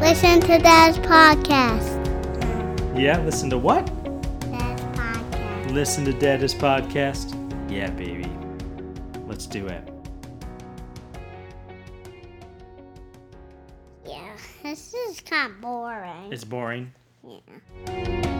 Listen to Dad's podcast. Yeah, listen to what? Dad's podcast. Listen to Dad's podcast. Yeah, baby. Let's do it. Yeah, this is kind of boring. It's boring. yeah.